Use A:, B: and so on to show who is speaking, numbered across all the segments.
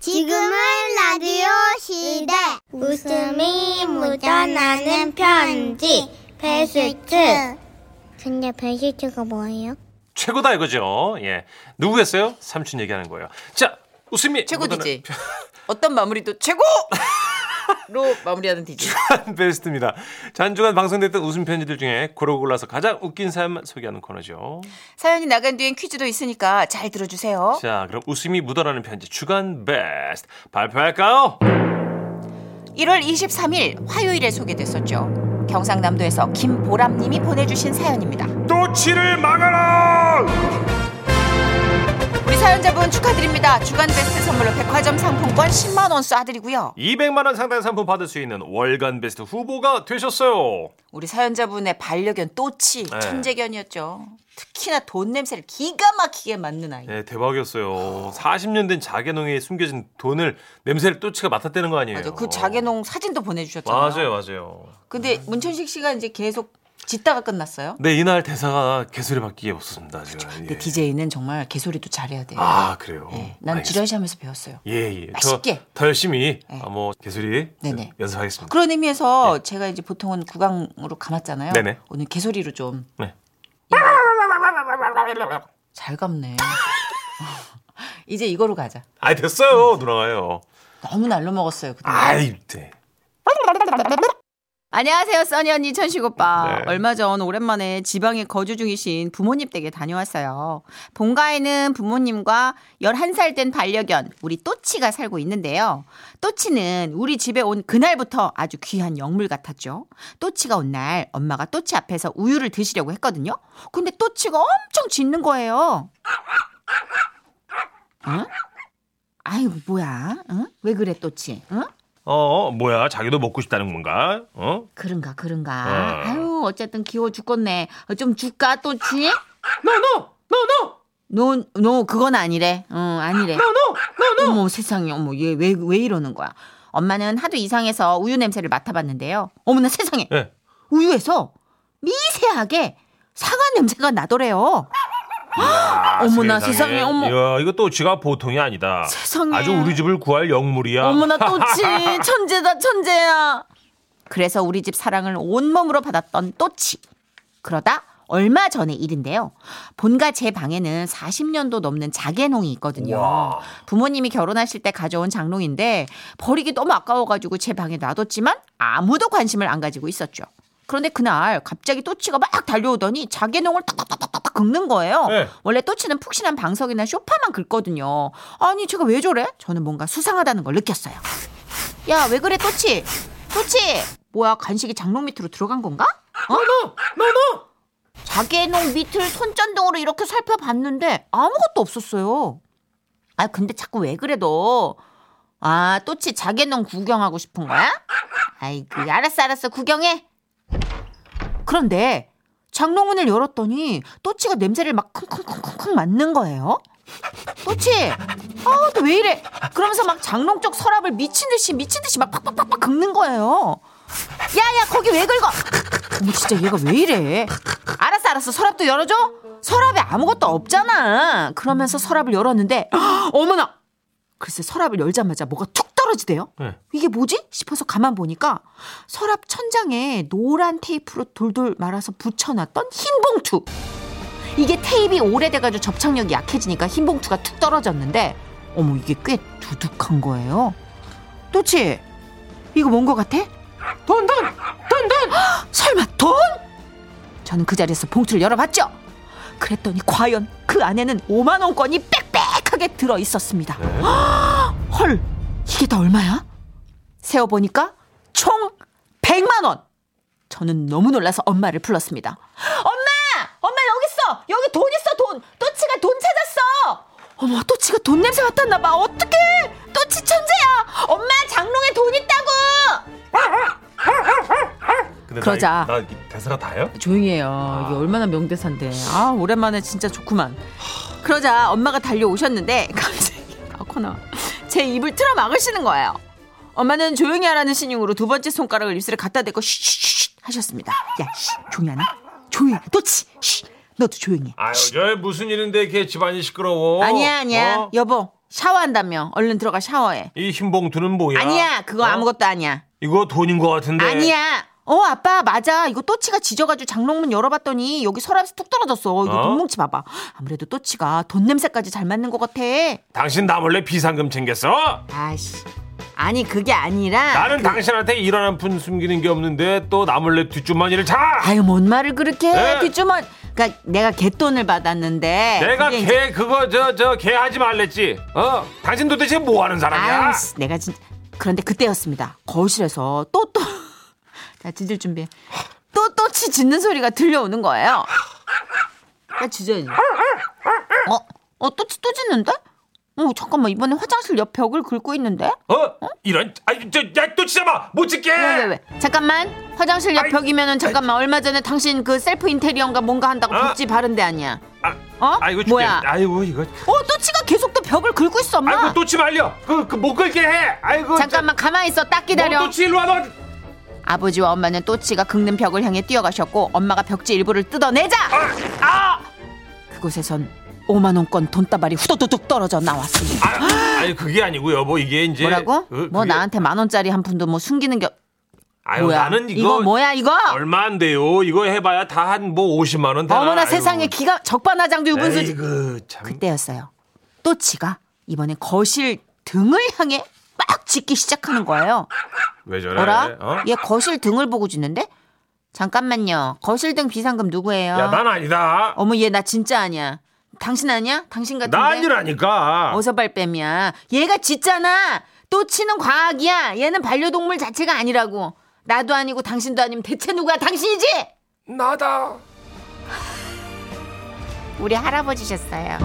A: 지금은 라디오 시대. 웃음이 묻어나는 편지. 베스트. 근데 베스트가 뭐예요?
B: 최고다 이거죠. 예. 누구겠어요? 삼촌 얘기하는 거예요. 자, 웃음이
C: 최고
B: 묻어나-
C: DJ. 어떤 마무리도 최고! 로 마무리하는 DJ.
B: 베스트입니다. 잔주간 방송됐던 웃음 편지들 중에 고르 골라서 가장 웃긴 사연만 소개하는 코너죠.
C: 사연이 나간 뒤엔 퀴즈도 있으니까 잘 들어주세요.
B: 자, 그럼 웃음이 묻어나는 편지 주간 베스트 발표할까요?
C: 1월 23일 화요일에 소개됐었죠. 경상남도에서 김보람님이 보내주신 사연입니다.
B: 도치를 막아라!
C: 우리 사연자분 축하드립니다. 주간 베스트 선물로 백화점 상품권 10만 원 쏴드리고요.
B: 200만 원 상당 상품 받을 수 있는 월간 베스트 후보가 되셨어요.
C: 우리 사연자분의 반려견 또치
B: 네.
C: 천재견이었죠. 특히나 돈 냄새를 기가 막히게 맡는 아이.
B: 네, 대박이었어요. 40년 된 자개농에 숨겨진 돈을 냄새를 또치가 맡았다는 거 아니에요?
C: 맞아. 그 자개농 사진도 보내주셨잖아요.
B: 맞아요, 맞아요.
C: 근데 문천식 씨가 이제 계속 짓다가 끝났어요.
B: 네, 이날 대사가 개소리 밖에 없었습니다. 제가. 예.
C: 근데 DJ는 정말 개소리도 잘해야 돼요.
B: 아, 그래요.
C: 예, 난
B: 알겠습니다.
C: 지라시 하면서 배웠어요.
B: 예, 예.
C: 맛있게.
B: 더 열심히
C: 네.
B: 아, 뭐 개소리
C: 네네.
B: 연습하겠습니다.
C: 그런 의미에서 제가 이제 보통은 구강으로 감았잖아요.
B: 예. 네네.
C: 오늘 개소리로 좀 잘
B: 네.
C: 감네. 이제 이거로 가자.
B: 아, 됐어요. 누나가요.
C: 너무 날로 먹었어요. 그동안.
B: 아이, 네.
C: 안녕하세요, 써니 언니, 천식 오빠.
B: 네.
C: 얼마 전 오랜만에 지방에 거주 중이신 부모님 댁에 다녀왔어요. 본가에는 부모님과 11살 된 반려견, 우리 또치가 살고 있는데요. 또치는 우리 집에 온 그날부터 아주 귀한 영물 같았죠. 또치가 온 날 엄마가 또치 앞에서 우유를 드시려고 했거든요. 근데 또치가 엄청 짖는 거예요. 응? 아이고, 뭐야? 응? 왜 그래, 또치? 응?
B: 어, 뭐야? 자기도 먹고 싶다는 건가? 어?
C: 그런가 그런가.
B: 어.
C: 아유 어쨌든 귀여워 죽겠네. 어, 좀 줄까 또치? 노노 노노. 노노 그건 아니래. 응 아니래. 노노 노노. 어머 세상에 어머 얘 왜 왜 이러는 거야? 엄마는 하도 이상해서 우유 냄새를 맡아봤는데요. 어머나 세상에
B: 예.
C: 우유에서 미세하게 사과 냄새가 나더래요.
B: 아,
C: 어머나, 세상에, 어머.
B: 이야, 이거 또 지가 보통이 아니다.
C: 세상에.
B: 아주 우리 집을 구할 영물이야.
C: 어머나 또치 천재다 천재야. 그래서 우리 집 사랑을 온몸으로 받았던 또치. 그러다 얼마 전의 일인데요. 본가 제 방에는 40년도 넘는 자개농이 있거든요.
B: 와.
C: 부모님이 결혼하실 때 가져온 장롱인데 버리기 너무 아까워가지고 제 방에 놔뒀지만 아무도 관심을 안 가지고 있었죠. 그런데 그날 갑자기 또치가 막 달려오더니 자개농을 딱딱딱딱 긁는 거예요.
B: 네.
C: 원래 또치는 푹신한 방석이나 소파만 긁거든요. 아니 제가 왜 저래? 저는 뭔가 수상하다는 걸 느꼈어요. 야 왜 그래 또치? 또치 뭐야 간식이 장롱 밑으로 들어간 건가? 어? 자개농 밑을 손전등으로 이렇게 살펴봤는데 아무것도 없었어요. 아 근데 자꾸 왜 그래 너? 아 또치 자개농 구경하고 싶은 거야? 아이고 알았어 알았어 구경해. 그런데 장롱문을 열었더니 또치가 냄새를 막 쿵쿵쿵쿵쿵 맡는 거예요. 또치, 아, 너 왜 이래? 그러면서 막 장롱 쪽 서랍을 미친 듯이 미친 듯이 막 팍팍팍팍 긁는 거예요. 야야 거기 왜 긁어? 어머 진짜 얘가 왜 이래? 알았어 알았어 서랍도 열어줘. 서랍에 아무것도 없잖아. 그러면서 서랍을 열었는데 헉, 어머나 글쎄 서랍을 열자마자 뭐가 툭 떨어지대요.
B: 네.
C: 이게 뭐지? 싶어서 가만 보니까 서랍 천장에 노란 테이프로 돌돌 말아서 붙여놨던 흰 봉투. 이게 테이프 오래돼가지고 접착력이 약해지니까 흰 봉투가 툭 떨어졌는데 어머 이게 꽤 두둑한 거예요. 또치 이거 뭔 거 같아? 돈, 돈, 돈, 돈. 설마 돈? 저는 그 자리에서 봉투를 열어봤죠. 그랬더니 과연 그 안에는 5만 원권이 빽빽하게 들어 있었습니다. 헐, 이게 다 얼마야? 세어 보니까 총 100만 원. 저는 너무 놀라서 엄마를 불렀습니다. 엄마! 엄마 여기 있어. 여기 돈 있어, 돈. 또치가 돈 찾았어. 어머, 또치가 돈 냄새 맡았나 봐. 어떡해? 또치 천재야. 엄마 장롱에 돈 있다고.
B: 근데
C: 그러자.
B: 나, 이- 나 이- 대사가 다요?
C: 조용히 해요.
B: 아.
C: 이게 얼마나 명대사인데. 아, 오랜만에 진짜 좋구만. 그러자 엄마가 달려오셨는데 갑자기 아코나 제 입을 틀어 막으시는 거예요. 엄마는 조용히 하라는 신용으로 두 번째 손가락을 입술에 갖다 대고 쉬쉬쉬 하셨습니다. 야, 쉬, 조용히 하나? 조용히. 해. 또치. 쉬. 너도 조용히. 해.
B: 아, 아유, 저 무슨 일인데 걔 집안이 시끄러워.
C: 아니야, 아니야.
B: 어?
C: 여보. 샤워한다며. 얼른 들어가 샤워해.
B: 이 흰봉투는 뭐야?
C: 아니야. 그거
B: 어?
C: 아무것도 아니야.
B: 이거 돈인 것 같은데.
C: 아니야. 네. 어 아빠 맞아 이거 또치가 지져가지고 장롱문 열어봤더니 여기 서랍에서 툭 떨어졌어 이거
B: 어?
C: 돈뭉치 봐봐 아무래도 또치가 돈 냄새까지 잘 맞는 것 같아
B: 당신 나 몰래 비상금 챙겼어?
C: 아씨 아니 그게 아니라
B: 나는 당신한테 일원 한 푼 숨기는 게 없는데 또 나 몰래 뒷주머니를 차.
C: 아유 뭔 말을 그렇게 해
B: 네.
C: 뒷주머니 그러니까 내가 개돈을 받았는데
B: 내가
C: 네, 그게
B: 걔
C: 이제-
B: 그거 저 저 걔 하지 말랬지. 어? 당신 도대체 뭐 하는 사람이야?
C: 아유 씨, 내가 진짜 그런데 그때였습니다 거실에서 또 또자 짖을 준비 또 또치 짖는 소리가 들려오는 거예요 나 짖어야지 어? 어 또치 또 짖는데? 어 잠깐만 이번에 화장실 옆 벽을 긁고 있는데?
B: 어? 이런 아이 저야또 치자마 못 찍게.
C: 왜왜 왜, 잠깐만 화장실 옆
B: 아이,
C: 벽이면은 잠깐만 얼마 전에 당신 그 셀프 인테리어인가 뭔가 한다고
B: 아.
C: 벽지 바른 데 아니야
B: 아,
C: 어?
B: 아이고 죽겠.
C: 뭐야?
B: 아이고 이거.
C: 어 또치가 계속 또 벽을 긁고 있어 엄마
B: 아이고 또치 말려. 그그못 끌게 해. 아이고.
C: 잠깐만 가만히 있어 딱
B: 저,
C: 기다려
B: 너뭐 또치 일로 와 너.
C: 아버지와 엄마는 또치가 긁는 벽을 향해 뛰어가셨고 엄마가 벽지 일부를 뜯어내자
B: 아!
C: 그곳에선 5만 원권 돈다발이 후두둑 떨어져 나왔습니다.
B: 아, 아니 그게 아니고 여보 이게 이제
C: 뭐라고?
B: 그,
C: 뭐
B: 그게-
C: 나한테 만 원짜리 한 푼도 뭐 숨기는 게
B: 아유
C: 뭐야?
B: 나는 이거,
C: 뭐야 이거?
B: 얼마 안 돼요. 이거 해봐야 다 한 뭐 50만 원 되나.
C: 어머나
B: 아이고.
C: 세상에 기가 적반하장도 유분수지.
B: 에이그 참.
C: 그때였어요. 또치가 이번에 거실 등을 향해 막 짖기 시작하는 거예요.
B: 왜 저래?
C: 어라?
B: 어?
C: 얘 거실 등을 보고 짖는데? 잠깐만요. 거실 등 비상금 누구예요?
B: 야, 난 아니다.
C: 어머 얘 나 진짜 아니야. 당신 아니야? 당신 같은데?
B: 나 아니라니까.
C: 어서 발뺌이야. 얘가 짖잖아. 또 치는 과학이야. 얘는 반려동물 자체가 아니라고. 나도 아니고 당신도 아니면 대체 누가 당신이지?
B: 나다.
C: 우리 할아버지셨어요.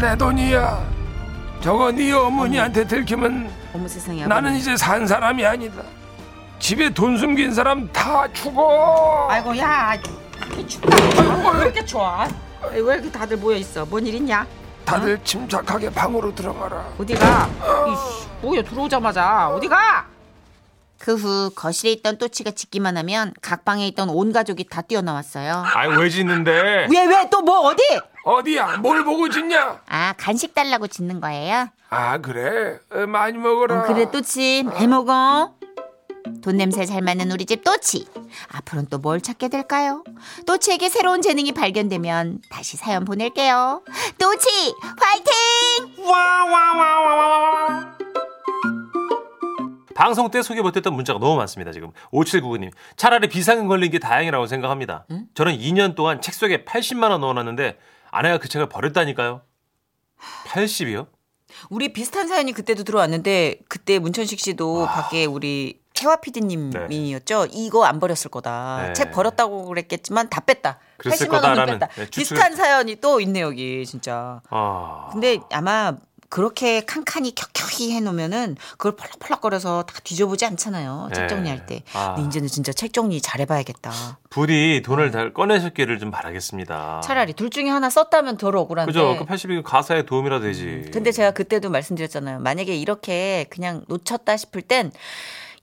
B: 내 돈이야. 저거 네 어머니한테 들키면
C: 어머 세상에.
B: 나는
C: 아버님.
B: 이제 산 사람이 아니다. 집에 돈 숨긴 사람 다 죽어.
C: 아이고 야. 이렇게 춥다. 아, 왜 이렇게 좋아? 왜 이렇게 다들 모여 있어? 뭔 일 있냐?
B: 다들
C: 어?
B: 침착하게 방으로 들어가라.
C: 어디가? 이씨, 뭐야 들어오자마자 어디가? 그 후 거실에 있던 또치가 짖기만 하면 각 방에 있던 온 가족이 다 뛰어나왔어요.
B: 아이 왜 짖는데?
C: 왜 왜 또 뭐 어디?
B: 어디야? 뭘 보고 짖냐?
C: 아 간식 달라고 짖는 거예요?
B: 아 그래? 어, 많이 먹어라.
C: 어, 그래 또치 해 먹어. 돈 냄새 잘 맞는 우리 집 또치. 앞으로는 또 뭘 찾게 될까요? 또치에게 새로운 재능이 발견되면 다시 사연 보낼게요. 또치 화이팅!
B: 와와와와와 방송 때 소개 못했던 문자가 너무 많습니다 지금 5799님 차라리 비상금 걸린 게 다행이라고 생각합니다 저는 2년 동안 책 속에 80만 원 넣어놨는데 아내가 그 책을 버렸다니까요 80이요?
D: 우리 비슷한 사연이 그때도 들어왔는데 그때 문천식 씨도
B: 아.
D: 밖에 우리 태화 PD님이었죠. 이거 안 버렸을 거다.
B: 네.
D: 책 버렸다고 그랬겠지만 다 뺐다.
B: 그랬을
D: 80만 원은
B: 거다라는,
D: 뺐다.
B: 네, 추측을-
D: 비슷한 사연이 또 있네 여기 진짜.
B: 아
D: 근데 아마 그렇게 칸칸이 켜켜이 해놓으면은 그걸 펄럭펄럭거려서 다 뒤져보지 않잖아요.
B: 네.
D: 책 정리할 때.
B: 아.
D: 근데 이제는 진짜 책 정리 잘해봐야겠다.
B: 부디 돈을 잘 꺼내셨기를 좀 바라겠습니다
D: 차라리 둘 중에 하나 썼다면 덜 억울한데.
B: 아.
D: 음,
B: 그죠 그 80이 가사에 도움이라도 되지
D: 근데 제가 그때도 말씀드렸잖아요. 만약에 이렇게 그냥 놓쳤다 싶을 땐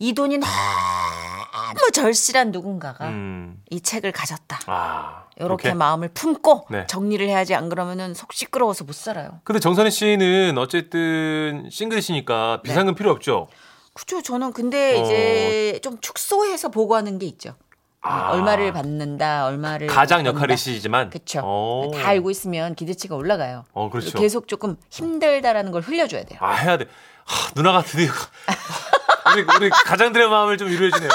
D: 이 돈이 너무 절실한 누군가가
B: 아. 음,
D: 이 책을 가졌다.
B: 아
D: 이렇게
B: 그렇게?
D: 마음을 품고
B: 네.
D: 정리를 해야지 안 그러면은 속 시끄러워서 못 살아요.
B: 근데 정선희 씨는 어쨌든
D: 네.
B: 싱글이시니까 비상금 필요 없죠
D: 그죠? 저는 근데
B: 어.
D: 이제 좀 축소해서 보고하는 게 있죠.
B: 아.
D: 얼마를 받는다, 얼마를
B: 가장
D: 받는다.
B: 역할이시지만
D: 네, 그쵸.
B: 어.
D: 다 알고 있으면 기대치가 올라가요.
B: 어, 그렇죠.
D: 계속 조금 힘들다라는 걸 흘려줘야 돼요.
B: 아 해야 돼. 하, 누나가 드디어 우리 우리 가장들의 마음을 좀 위로해 주네요.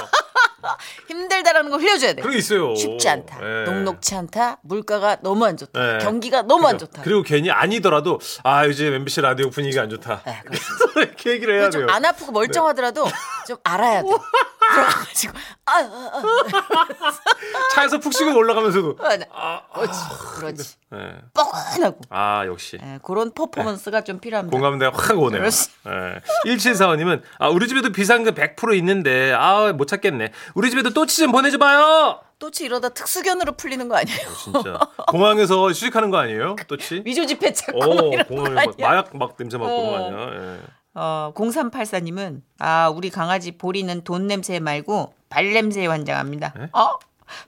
D: 힘들다라는 걸 흘려줘야 돼요.
B: 그런 게 있어요.
D: 쉽지 않다.
B: 예.
D: 녹록치 않다. 물가가 너무 안 좋다.
B: 예.
D: 경기가 너무 안
B: 그죠?
D: 좋다.
B: 그리고 괜히 아니더라도 아 이제 MBC 라디오 분위기가 안 좋다.
D: 네,
B: 그래서 이렇게 얘기를 해야 돼요. 네.
D: 좀 안 아프고 멀쩡하더라도 좀 알아야 돼. 그래가지고 아, 아, 아.
B: 차에서 푹 쉬고 올라가면서도.
D: 아, 네. 그렇지, 그렇지.
B: 예.
D: 뻐근하고
B: 아 역시.
D: 예, 그런 퍼포먼스가 좀 필요합니다.
B: 공감대가 확 오네요.
D: 그렇지.
B: 예. 1745님은 아 우리 집에도 비상금 100% 있는데 아 못 찾겠네. 우리 집에도 또치 좀 보내줘 봐요.
D: 또치 이러다 특수견으로 풀리는 거 아니에요?
B: 어, 진짜 공항에서 휴식하는 거 아니에요? 또치?
D: 위조 지폐 찾고 막
B: 어,
D: 이런 거
B: 공항에 막
D: 아니야?
B: 마약 막 냄새 맡고 그런 거 아니야? 예.
D: 어, 0384님은 아 우리 강아지 보리는 돈 냄새 말고 발 냄새에 환장합니다.
B: 네?
D: 어?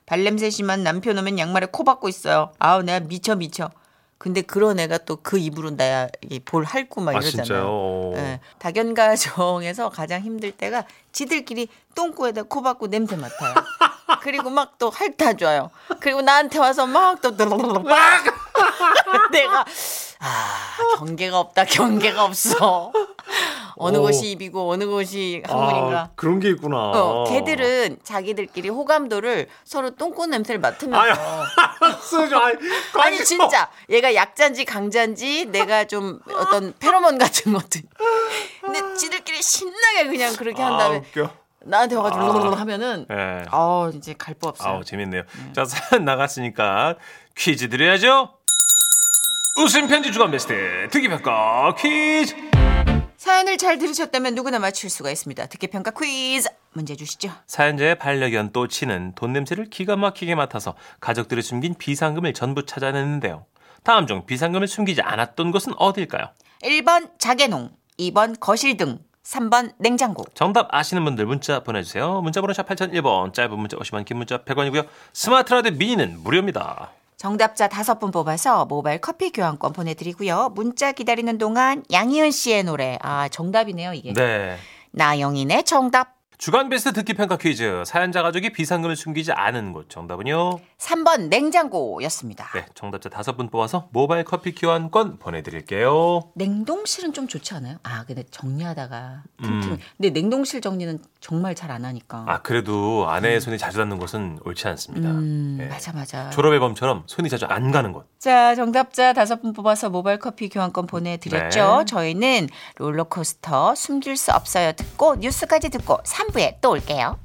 D: 발 냄새 심한 남편 오면 양말에 코 박고 있어요. 아우 내가 미쳐 미쳐.
C: 근데 그런 애가 또 그 입으로 나야 이게 볼 핥고 막
B: 아, 진짜요?
C: 이러잖아요.
B: 오.
C: 예. 다견가정에서 가장 힘들 때가 지들끼리 똥꼬에다 코 박고 냄새 맡아요. 그리고 막 또 핥아줘요. 그리고 나한테 와서 막또 막 내가 아 경계가 없다 경계가 없어. 어느
B: 오.
C: 곳이 입이고 어느 곳이
B: 아,
C: 항문인가.
B: 그런 게 있구나.
C: 어, 걔들은 자기들끼리 호감도를 서로 똥꼬 냄새를
B: 아유,
C: 맡으면서
B: 쓰죠. 아니,
C: 어. 아니 진짜 얘가 약자인지 강자인지 내가 좀 어떤 페로몬 같은 것들 근데 지들끼리 신나게 그냥 그렇게 한
B: 아,
C: 다음에
B: 웃겨.
C: 나한테 와가지고
B: 아.
C: 룰루루 하면은
B: 예.
C: 아 음. 이제 갈 법 없어요
B: 아우 재밌네요. 자 사연 나갔으니까 퀴즈 드려야죠. 웃음 편지 주간 베스트 특기 평가 퀴즈.
C: 사연을 잘 들으셨다면 누구나 맞출 수가 있습니다 듣기평가 퀴즈 문제 주시죠
B: 사연자의 반려견 또 치는 돈 냄새를 기가 막히게 맡아서 가족들이 숨긴 비상금을 전부 찾아냈는데요. 다음 중 비상금을 숨기지 않았던 곳은 어딜까요?
C: 1번 자개농 2번 거실등 3번 냉장고
B: 정답 아시는 분들 문자 보내주세요. 문자번호 샵 8001번 짧은 문자 50원 긴 문자 100원이고요. 스마트 라디오 미니는 무료입니다.
C: 정답자 다섯 분 뽑아서 모바일 커피 교환권 보내드리고요 문자 기다리는 동안 양희은 씨의 노래 아 정답이네요 이게
B: 네.
C: 나영인의 정답
B: 주간 베스트 듣기 평가 퀴즈 사연자 가족이 비상금을 숨기지 않은 곳 정답은요.
C: 3번 냉장고였습니다.
B: 네, 정답자 다섯 분 뽑아서 모바일 커피 교환권 보내드릴게요.
C: 냉동실은 좀 좋지 않아요? 아, 근데 정리하다가 틈틈이. 근데 냉동실 정리는 정말 잘 안 하니까.
B: 음. 아, 그래도 아내의 손이 자주 닿는 곳은 옳지 않습니다.
C: 음,
B: 예.
C: 맞아 맞아.
B: 졸업 앨범처럼 손이 자주 안 가는 곳.
C: 자, 정답자 다섯 분 뽑아서 모바일 커피 교환권 보내드렸죠.
B: 네.
C: 저희는 롤러코스터 숨길 수 없어요 듣고 뉴스까지 듣고 3부에 또 올게요.